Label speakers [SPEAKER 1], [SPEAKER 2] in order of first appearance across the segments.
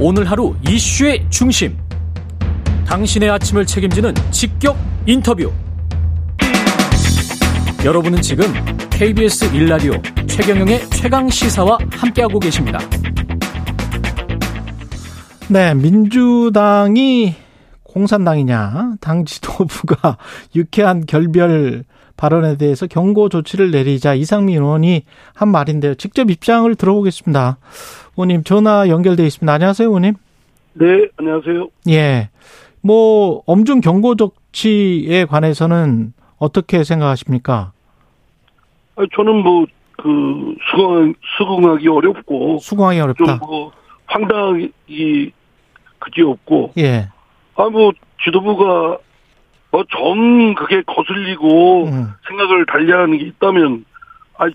[SPEAKER 1] 오늘 하루 이슈의 중심. 당신의 아침을 책임지는 직격 인터뷰. 여러분은 지금 KBS 1라디오 최경영의 최강 시사와 함께하고 계십니다.
[SPEAKER 2] 네, 민주당이 공산당이냐, 당 지도부가 유쾌한 결별 발언에 대해서 경고 조치를 내리자 이상민 의원이 한 말인데요. 직접 입장을 들어보겠습니다. 의원님, 전화 연결돼 있습니다. 안녕하세요, 의원님.
[SPEAKER 3] 네, 안녕하세요.
[SPEAKER 2] 예. 뭐, 엄중 경고 조치에 관해서는 어떻게 생각하십니까?
[SPEAKER 3] 아, 저는 뭐, 그, 수긍, 수긍하기 어렵고,
[SPEAKER 2] 수긍하기 어렵다.
[SPEAKER 3] 좀 뭐, 황당이 그지 없고,
[SPEAKER 2] 예.
[SPEAKER 3] 아, 뭐, 지도부가, 어, 정 그게 거슬리고,
[SPEAKER 2] 음.
[SPEAKER 3] 생각을 달리하는 게 있다면, 아,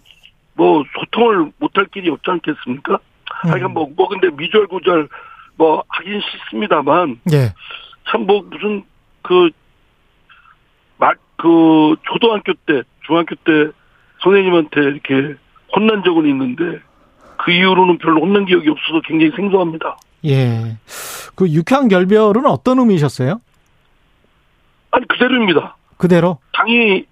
[SPEAKER 3] 뭐, 소통을 못할 길이 없지 않겠습니까? 하여간 뭐, 뭐, 근데 미절고절, 뭐, 하긴 싫습니다만,
[SPEAKER 2] 예.
[SPEAKER 3] 참 뭐 무슨 그 막, 그, 초등학교 때, 중학교 때 선생님한테 이렇게 혼난 적은 있는데, 그 이후로는 별로 혼난 기억이 없어서 굉장히 생소합니다.
[SPEAKER 2] 예. 그 유쾌한 결별은 어떤 의미셨어요?
[SPEAKER 3] 아니, 그대로입니다.
[SPEAKER 2] 그대로?
[SPEAKER 3] 당이,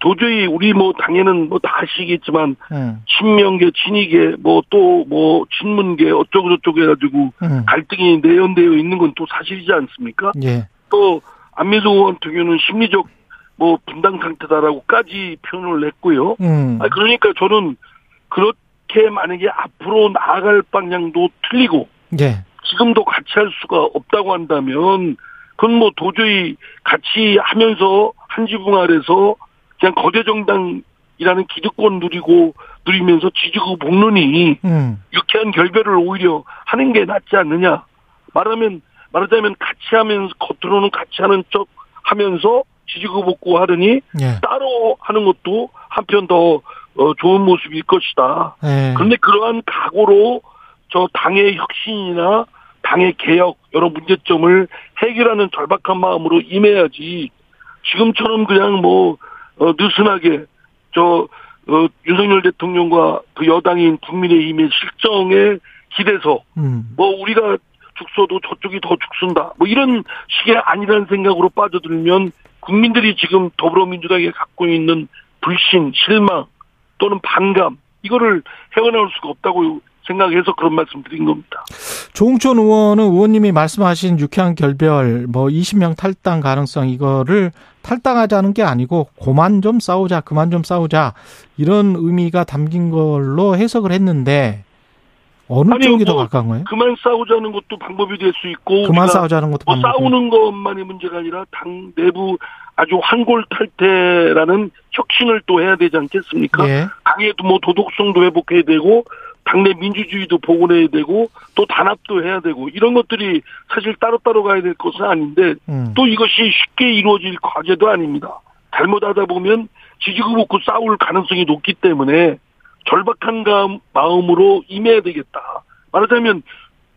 [SPEAKER 3] 도저히 우리 뭐 당에는 뭐 다 아시겠지만,
[SPEAKER 2] 음.
[SPEAKER 3] 친명계, 친이계, 뭐 또 뭐 친문계, 어쩌고저쩌고 해가지고
[SPEAKER 2] 음.
[SPEAKER 3] 갈등이 내연되어 있는 건 또 사실이지 않습니까?
[SPEAKER 2] 예.
[SPEAKER 3] 또 안민석 의원 특유는 심리적 뭐 분당 상태다라고까지 표현을 냈고요.
[SPEAKER 2] 음.
[SPEAKER 3] 아, 그러니까 저는 그렇게 만약에 앞으로 나아갈 방향도 틀리고
[SPEAKER 2] 예.
[SPEAKER 3] 지금도 같이 할 수가 없다고 한다면 그건 뭐 도저히 같이 하면서 한 지붕 아래서 그냥 거대 정당이라는 기득권 누리고 누리면서 지지고 볶느니
[SPEAKER 2] 음.
[SPEAKER 3] 유쾌한 결별을 오히려 하는 게 낫지 않느냐. 말하면, 말하자면 같이 하면서, 겉으로는 같이 하는 척 하면서 지지고 볶고 하느니
[SPEAKER 2] 예.
[SPEAKER 3] 따로 하는 것도 한편 더 어, 좋은 모습일 것이다.
[SPEAKER 2] 예.
[SPEAKER 3] 그런데 그러한 각오로 저 당의 혁신이나 당의 개혁, 여러 문제점을 해결하는 절박한 마음으로 임해야지 지금처럼 그냥 뭐, 어, 느슨하게 저, 어, 윤석열 대통령과 그 여당인 국민의힘의 실정에 기대서
[SPEAKER 2] 음.
[SPEAKER 3] 뭐 우리가 죽서도 저쪽이 더 죽순다. 뭐 이런 식의 아니라는 생각으로 빠져들면 국민들이 지금 더불어민주당이 갖고 있는 불신, 실망 또는 반감 이거를 헤어나올 수가 없다고 생각해서 그런 말씀드린 겁니다.
[SPEAKER 2] 조홍천 의원은 의원님이 말씀하신 유쾌한 결별, 뭐 20명 탈당 가능성 이거를 탈당하자는 게 아니고 그만 좀 싸우자, 그만 좀 싸우자 이런 의미가 담긴 걸로 해석을 했는데 어느
[SPEAKER 3] 아니요,
[SPEAKER 2] 쪽이 더
[SPEAKER 3] 뭐
[SPEAKER 2] 가까운 거예요?
[SPEAKER 3] 그만 싸우자는 것도 방법이 될 수 있고
[SPEAKER 2] 그만
[SPEAKER 3] 우리가
[SPEAKER 2] 싸우자는 것도
[SPEAKER 3] 뭐
[SPEAKER 2] 방법이-
[SPEAKER 3] 싸우는 것만이 문제가 아니라 당 내부 아주 환골탈태라는 혁신을 또 해야 되지 않겠습니까?
[SPEAKER 2] 예.
[SPEAKER 3] 당에도 뭐 도덕성도 회복해야 되고 당내 민주주의도 복원해야 되고 또 단합도 해야 되고 이런 것들이 사실 따로따로 가야 될 것은 아닌데
[SPEAKER 2] 음.
[SPEAKER 3] 또 이것이 쉽게 이루어질 과제도 아닙니다. 잘못하다 보면 지지고 먹고 싸울 가능성이 높기 때문에 절박한 감- 마음으로 임해야 되겠다. 말하자면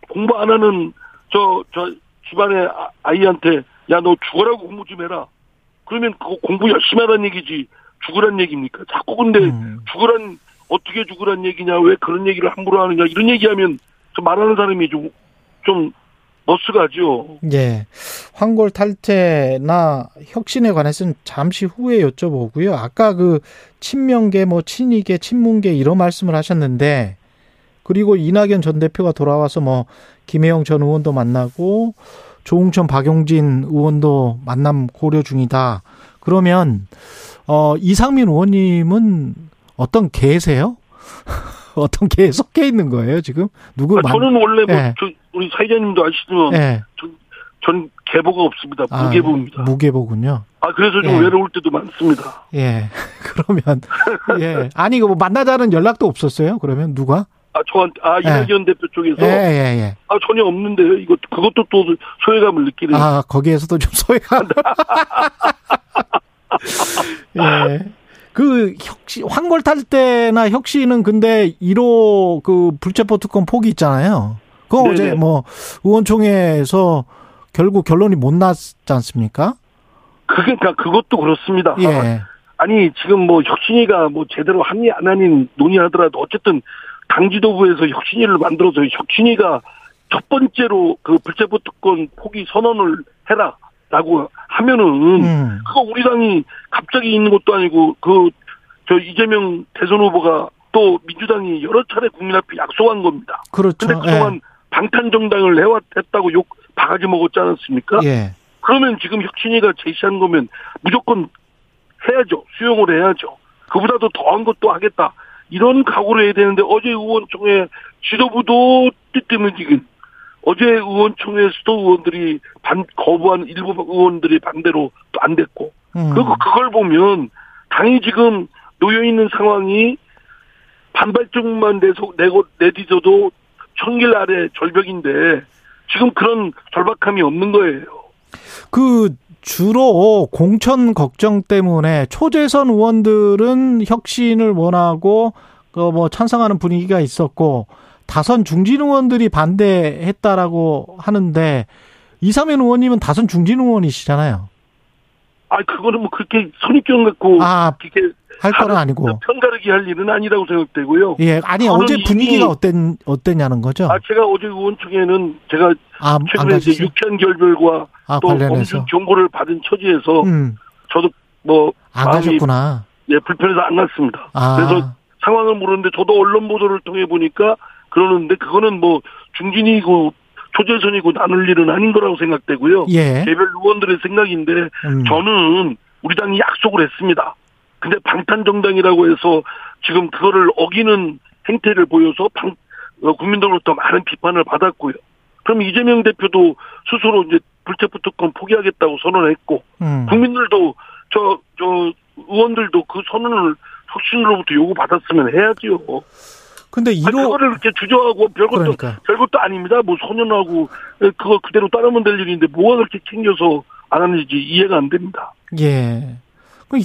[SPEAKER 3] 공부 안 하는 저, 저 집안의 아- 아이한테 야 너 죽어라고 공부 좀 해라. 그러면 그거 공부 열심히 하라는 얘기지 죽으란 얘기입니까? 자꾸 근데
[SPEAKER 2] 음.
[SPEAKER 3] 죽으란 어떻게 죽으란 얘기냐 왜 그런 얘기를 함부로 하느냐 이런 얘기하면 저 말하는 사람이 좀 좀 머쓱하죠.
[SPEAKER 2] 예. 황골 탈퇴나 혁신에 관해서는 잠시 후에 여쭤보고요. 아까 그 친명계, 뭐 친이계, 친문계 이런 말씀을 하셨는데, 그리고 이낙연 전 대표가 돌아와서 뭐 김혜영 전 의원도 만나고 조홍천 박용진 의원도 만남 고려 중이다. 그러면 어 이상민 의원님은 어떤 개세요? 어떤 개에 속해 있는 거예요 지금? 누구
[SPEAKER 3] 아,
[SPEAKER 2] 만?
[SPEAKER 3] 저는 원래 뭐
[SPEAKER 2] 예.
[SPEAKER 3] 저, 우리 사회자님도 아시지만
[SPEAKER 2] 예.
[SPEAKER 3] 전 개보가 없습니다.
[SPEAKER 2] 아,
[SPEAKER 3] 무개보입니다.
[SPEAKER 2] 무게보군요.
[SPEAKER 3] 아 그래서 좀
[SPEAKER 2] 예.
[SPEAKER 3] 외로울 때도 많습니다.
[SPEAKER 2] 예. 그러면 예. 아니 그뭐 만나자는 연락도 없었어요. 그러면 누가?
[SPEAKER 3] 아 저한테 아 이낙연 대표 쪽에서
[SPEAKER 2] 예, 예,
[SPEAKER 3] 아 전혀 없는데요. 이거 그것도 또 소외감을
[SPEAKER 2] 예.
[SPEAKER 3] 느끼는.
[SPEAKER 2] 아, 거기에서도 좀 소외감. 예. 그 혁신 황골 탈 때나 혁신은 근데 1호 그 불체포 특권 포기 있잖아요. 그거
[SPEAKER 3] 네네.
[SPEAKER 2] 어제 뭐 의원총회에서 결국 결론이 못 났지 않습니까?
[SPEAKER 3] 그게 그러니까 그것도 그렇습니다.
[SPEAKER 2] 예.
[SPEAKER 3] 아니 지금 뭐 혁신위가 뭐 제대로 하니 안 하니 논의하더라도 어쨌든 당 지도부에서 혁신위를 만들어서 혁신위가 첫 번째로 그 불체포특권 포기 선언을 해라라고 하면은
[SPEAKER 2] 음.
[SPEAKER 3] 그거 우리 당이 갑자기 있는 것도 아니고 그 저 이재명 대선 후보가 또 민주당이 여러 차례 국민 앞에 약속한 겁니다.
[SPEAKER 2] 그렇죠.
[SPEAKER 3] 근데 그동안 방탄 정당을 해왔다고 욕 바가지 먹었지 않았습니까?
[SPEAKER 2] 예. 예.
[SPEAKER 3] 그러면 지금 혁신이가 제시한 거면 무조건 해야죠. 수용을 해야죠. 그보다도 더한 것도 하겠다. 이런 각오를 해야 되는데 어제 의원총회 지도부도 뜨뜨문 지금 어제 의원총회에서도 의원들이 반 거부한 일부 의원들이 반대로 또 안 됐고
[SPEAKER 2] 음.
[SPEAKER 3] 그리고 그걸 보면 당이 지금 놓여 있는 상황이 반발증만 내서 내고 내디뎌도 천길 아래 절벽인데 지금 그런 절박함이 없는 거예요.
[SPEAKER 2] 그 주로 공천 걱정 때문에 초재선 의원들은 혁신을 원하고 그 뭐 찬성하는 분위기가 있었고 다선 중진 의원들이 반대했다라고 하는데 이삼현 의원님은 다선 중진 의원이시잖아요.
[SPEAKER 3] 아 그거는 뭐 그렇게 선입견 갖고
[SPEAKER 2] 아,
[SPEAKER 3] 이렇게
[SPEAKER 2] 할 거는
[SPEAKER 3] 다른
[SPEAKER 2] 아니고.
[SPEAKER 3] 편가르기 할 일은 아니라고 생각되고요.
[SPEAKER 2] 예, 아니
[SPEAKER 3] 그렇죠. 저는
[SPEAKER 2] 어제
[SPEAKER 3] 이미-
[SPEAKER 2] 분위기가 어땠 어땠냐는 거죠?
[SPEAKER 3] 아 제가 어제 의원총회는 제가
[SPEAKER 2] 아, 안
[SPEAKER 3] 최근에 이제
[SPEAKER 2] 가시죠?
[SPEAKER 3] 육현 결별과
[SPEAKER 2] 아,
[SPEAKER 3] 또
[SPEAKER 2] 관련해서.
[SPEAKER 3] 범죄 경고를 받은 처지에서
[SPEAKER 2] 음.
[SPEAKER 3] 저도 뭐
[SPEAKER 2] 안
[SPEAKER 3] 마음이-
[SPEAKER 2] 가셨구나.
[SPEAKER 3] 예, 불편해서 안 갔습니다.
[SPEAKER 2] 아.
[SPEAKER 3] 그래서 상황을 모르는데 저도 언론 보도를 통해 보니까 그러는데 그거는 뭐 중진이고 초재선이고 나눌 일은 아닌 거라고 생각되고요.
[SPEAKER 2] 예.
[SPEAKER 3] 개별 의원들의 생각인데
[SPEAKER 2] 음.
[SPEAKER 3] 저는 우리 당이 약속을 했습니다. 근데 방탄 정당이라고 해서 지금 그거를 어기는 행태를 보여서 방- 어, 국민들로부터 많은 비판을 받았고요. 그럼 이재명 대표도 스스로 이제 불체포특권 포기하겠다고 선언했고
[SPEAKER 2] 음.
[SPEAKER 3] 국민들도 저, 저 의원들도 그 선언을 혁신으로부터 요구받았으면 해야지요.
[SPEAKER 2] 근데
[SPEAKER 3] 아니,
[SPEAKER 2] 1호
[SPEAKER 3] 그거를 이렇게 주저하고 별것도
[SPEAKER 2] 그러니까.
[SPEAKER 3] 별것도 아닙니다. 뭐 선언하고 그거 그대로 따르면 될 일인데 뭐가 그렇게 챙겨서 안 하는지 이해가 안 됩니다.
[SPEAKER 2] 예. 그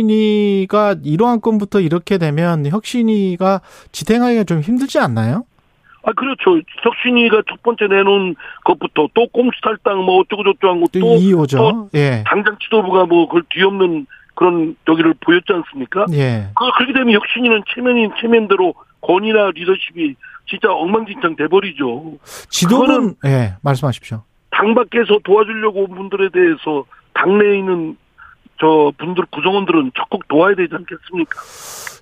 [SPEAKER 2] 혁신이가 이러한 건부터 이렇게 되면 혁신이가 지탱하기가 좀 힘들지 않나요?
[SPEAKER 3] 아 그렇죠. 혁신이가 첫 번째 내놓은 것부터 또 꼼수탈당 뭐 어쩌고 저쩌고 한 것도
[SPEAKER 2] 또 네, 이호죠. 예.
[SPEAKER 3] 당장 지도부가 뭐 그걸 뒤엎는 그런 여기를 보였지 않습니까?
[SPEAKER 2] 예.
[SPEAKER 3] 그 그렇게 되면 혁신이는 체면인 체면대로 권위나 리더십이 진짜 엉망진창 돼버리죠.
[SPEAKER 2] 지도는 예, 말씀하십시오.
[SPEAKER 3] 당 밖에서 도와주려고 온 분들에 대해서 당내에 있는 저 분들 구성원들은 적극 도와야 되지 않겠습니까?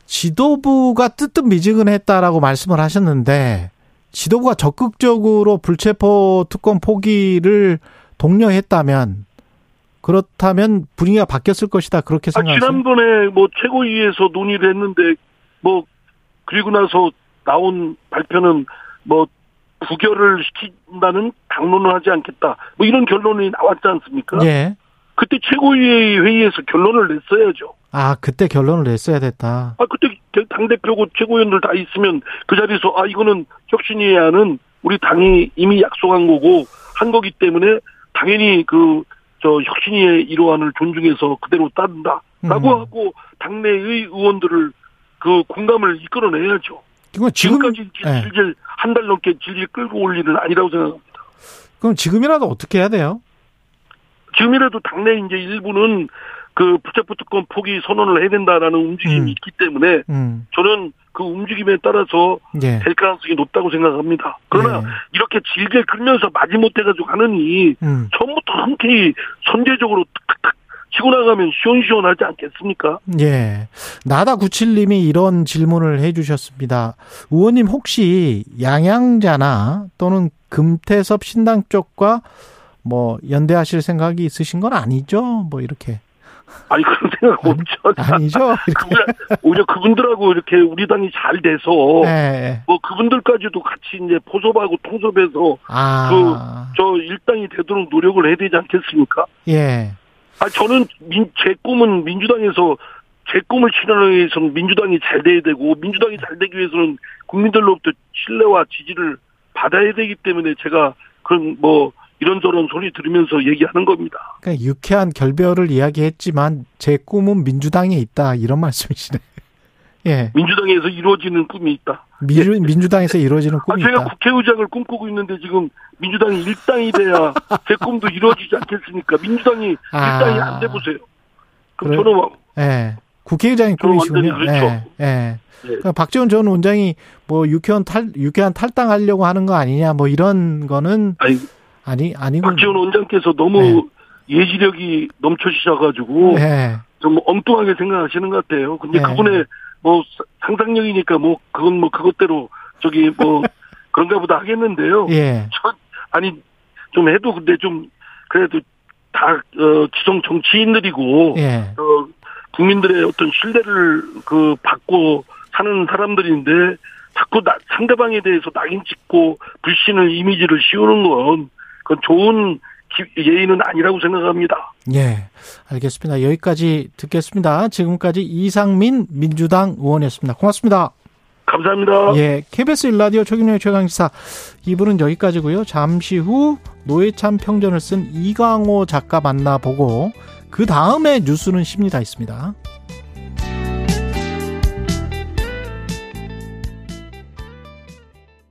[SPEAKER 2] 지도부가 뜨뜻미지근했다라고 말씀을 하셨는데 지도부가 적극적으로 불체포 특권 포기를 독려했다면 그렇다면 분위기가 바뀌었을 것이다 그렇게
[SPEAKER 3] 아,
[SPEAKER 2] 생각하세요?
[SPEAKER 3] 지난번에 뭐 최고위에서 논의를 했는데 뭐 그리고 나서 나온 발표는 뭐 부결을 시킨다는 당론을 하지 않겠다. 뭐 이런 결론이 나왔지 않습니까?
[SPEAKER 2] 예.
[SPEAKER 3] 그때 최고위 회의에서 결론을 냈어야죠.
[SPEAKER 2] 아 그때 결론을 냈어야 됐다.
[SPEAKER 3] 아 그때 당 대표고 최고위원들 다 있으면 그 자리에서 아 이거는 혁신이해야 하는 우리 당이 이미 약속한 거고 한 거기 때문에 당연히 그 저 혁신이의 일호안을 존중해서 그대로 따른다라고
[SPEAKER 2] 음.
[SPEAKER 3] 하고 당내의 의원들을 그 공감을 이끌어내야죠.
[SPEAKER 2] 이건 지금
[SPEAKER 3] 지금까지
[SPEAKER 2] 예.
[SPEAKER 3] 질질 한 달 넘게 질질 끌고 올 일은 아니라고 생각합니다.
[SPEAKER 2] 그럼 지금이라도 어떻게 해야 돼요?
[SPEAKER 3] 지금이라도 당내 이제 일부는 그 부채포특권 포기 선언을 해야 된다라는 움직임이
[SPEAKER 2] 음.
[SPEAKER 3] 있기 때문에
[SPEAKER 2] 음,
[SPEAKER 3] 저는 그 움직임에 따라서
[SPEAKER 2] 예.
[SPEAKER 3] 될 가능성이 높다고 생각합니다. 그러나
[SPEAKER 2] 예.
[SPEAKER 3] 이렇게 질질 끌면서 마지못해 가지고 하느니
[SPEAKER 2] 음,
[SPEAKER 3] 처음부터 흔쾌히 선제적으로 탁탁탁 치고 나가면 시원시원하지 않겠습니까?
[SPEAKER 2] 예. 나다구칠님이 이런 질문을 해주셨습니다. 의원님 혹시 양양자나 또는 금태섭 신당 쪽과 뭐 연대하실 생각이 있으신 건 아니죠? 뭐 이렇게
[SPEAKER 3] 아니 그런 생각
[SPEAKER 2] 아니, 네.
[SPEAKER 3] 없죠.
[SPEAKER 2] 아니죠?
[SPEAKER 3] 그분들, 오히려 그분들하고 이렇게 우리 당이 잘 돼서
[SPEAKER 2] 예, 예.
[SPEAKER 3] 뭐 그분들까지도 같이 이제 포섭하고 통섭해서
[SPEAKER 2] 아,
[SPEAKER 3] 저 일당이 되도록 노력을 해야 되지 않겠습니까?
[SPEAKER 2] 예.
[SPEAKER 3] 아 저는 민, 제 꿈은 민주당에서 제 꿈을 실현하기 위해서는 민주당이 잘 돼야 되고 민주당이 잘 되기 위해서는 국민들로부터 신뢰와 지지를 받아야 되기 때문에 제가 그런 뭐 이런저런 소리 들으면서 얘기하는 겁니다.
[SPEAKER 2] 그러니까 유쾌한 결별을 이야기했지만 제 꿈은 민주당에 있다 이런 말씀이시네. 예.
[SPEAKER 3] 민주당에서 이루어지는 꿈이 있다.
[SPEAKER 2] 민주, 민주당에서 이루어지는
[SPEAKER 3] 아,
[SPEAKER 2] 꿈이
[SPEAKER 3] 제가
[SPEAKER 2] 있다.
[SPEAKER 3] 국회의장을 꿈꾸고 있는데 지금 민주당이 일당이 돼야 제 꿈도 이루어지지 않겠습니까? 민주당이
[SPEAKER 2] 아.
[SPEAKER 3] 일당이 안 돼보세요.
[SPEAKER 2] 그래-
[SPEAKER 3] 그럼 저는
[SPEAKER 2] 예. 국회의장이
[SPEAKER 3] 그건
[SPEAKER 2] 꿀이시군요.
[SPEAKER 3] 완전히 그렇죠.
[SPEAKER 2] 예. 예.
[SPEAKER 3] 예.
[SPEAKER 2] 그러니까 박지원 전 원장이 뭐 유쾌한 탈 유쾌한 탈당하려고 하는 거 아니냐 뭐 이런 거는
[SPEAKER 3] 아니
[SPEAKER 2] 아니 아니고
[SPEAKER 3] 박지원 원장께서 너무
[SPEAKER 2] 네.
[SPEAKER 3] 예지력이 넘쳐지셔가지고
[SPEAKER 2] 예.
[SPEAKER 3] 좀 엉뚱하게 생각하시는 것 같아요. 근데
[SPEAKER 2] 네.
[SPEAKER 3] 그분의 뭐 사- 상상력이니까 뭐 그건 뭐 그것대로 저기 뭐 그런가 보다 하겠는데요.
[SPEAKER 2] 예.
[SPEAKER 3] 저- 아니 좀 해도 근데 좀 그래도 다 어, 지성 정치인들이고
[SPEAKER 2] 예.
[SPEAKER 3] 어, 국민들의 어떤 신뢰를 그 받고 사는 사람들인데 자꾸 나- 상대방에 대해서 낙인 찍고 불신을 이미지를 씌우는 건 그건 좋은 기- 예의는 아니라고 생각합니다.
[SPEAKER 2] 예. 알겠습니다. 여기까지 듣겠습니다. 지금까지 이상민 민주당 의원이었습니다. 고맙습니다.
[SPEAKER 3] 감사합니다.
[SPEAKER 2] 예, KBS 일라디오 최경영 최강시사 2부는 여기까지고요. 잠시 후 노회찬 평전을 쓴 이강호 작가 만나보고 그 다음에 뉴스는 십니다 있습니다.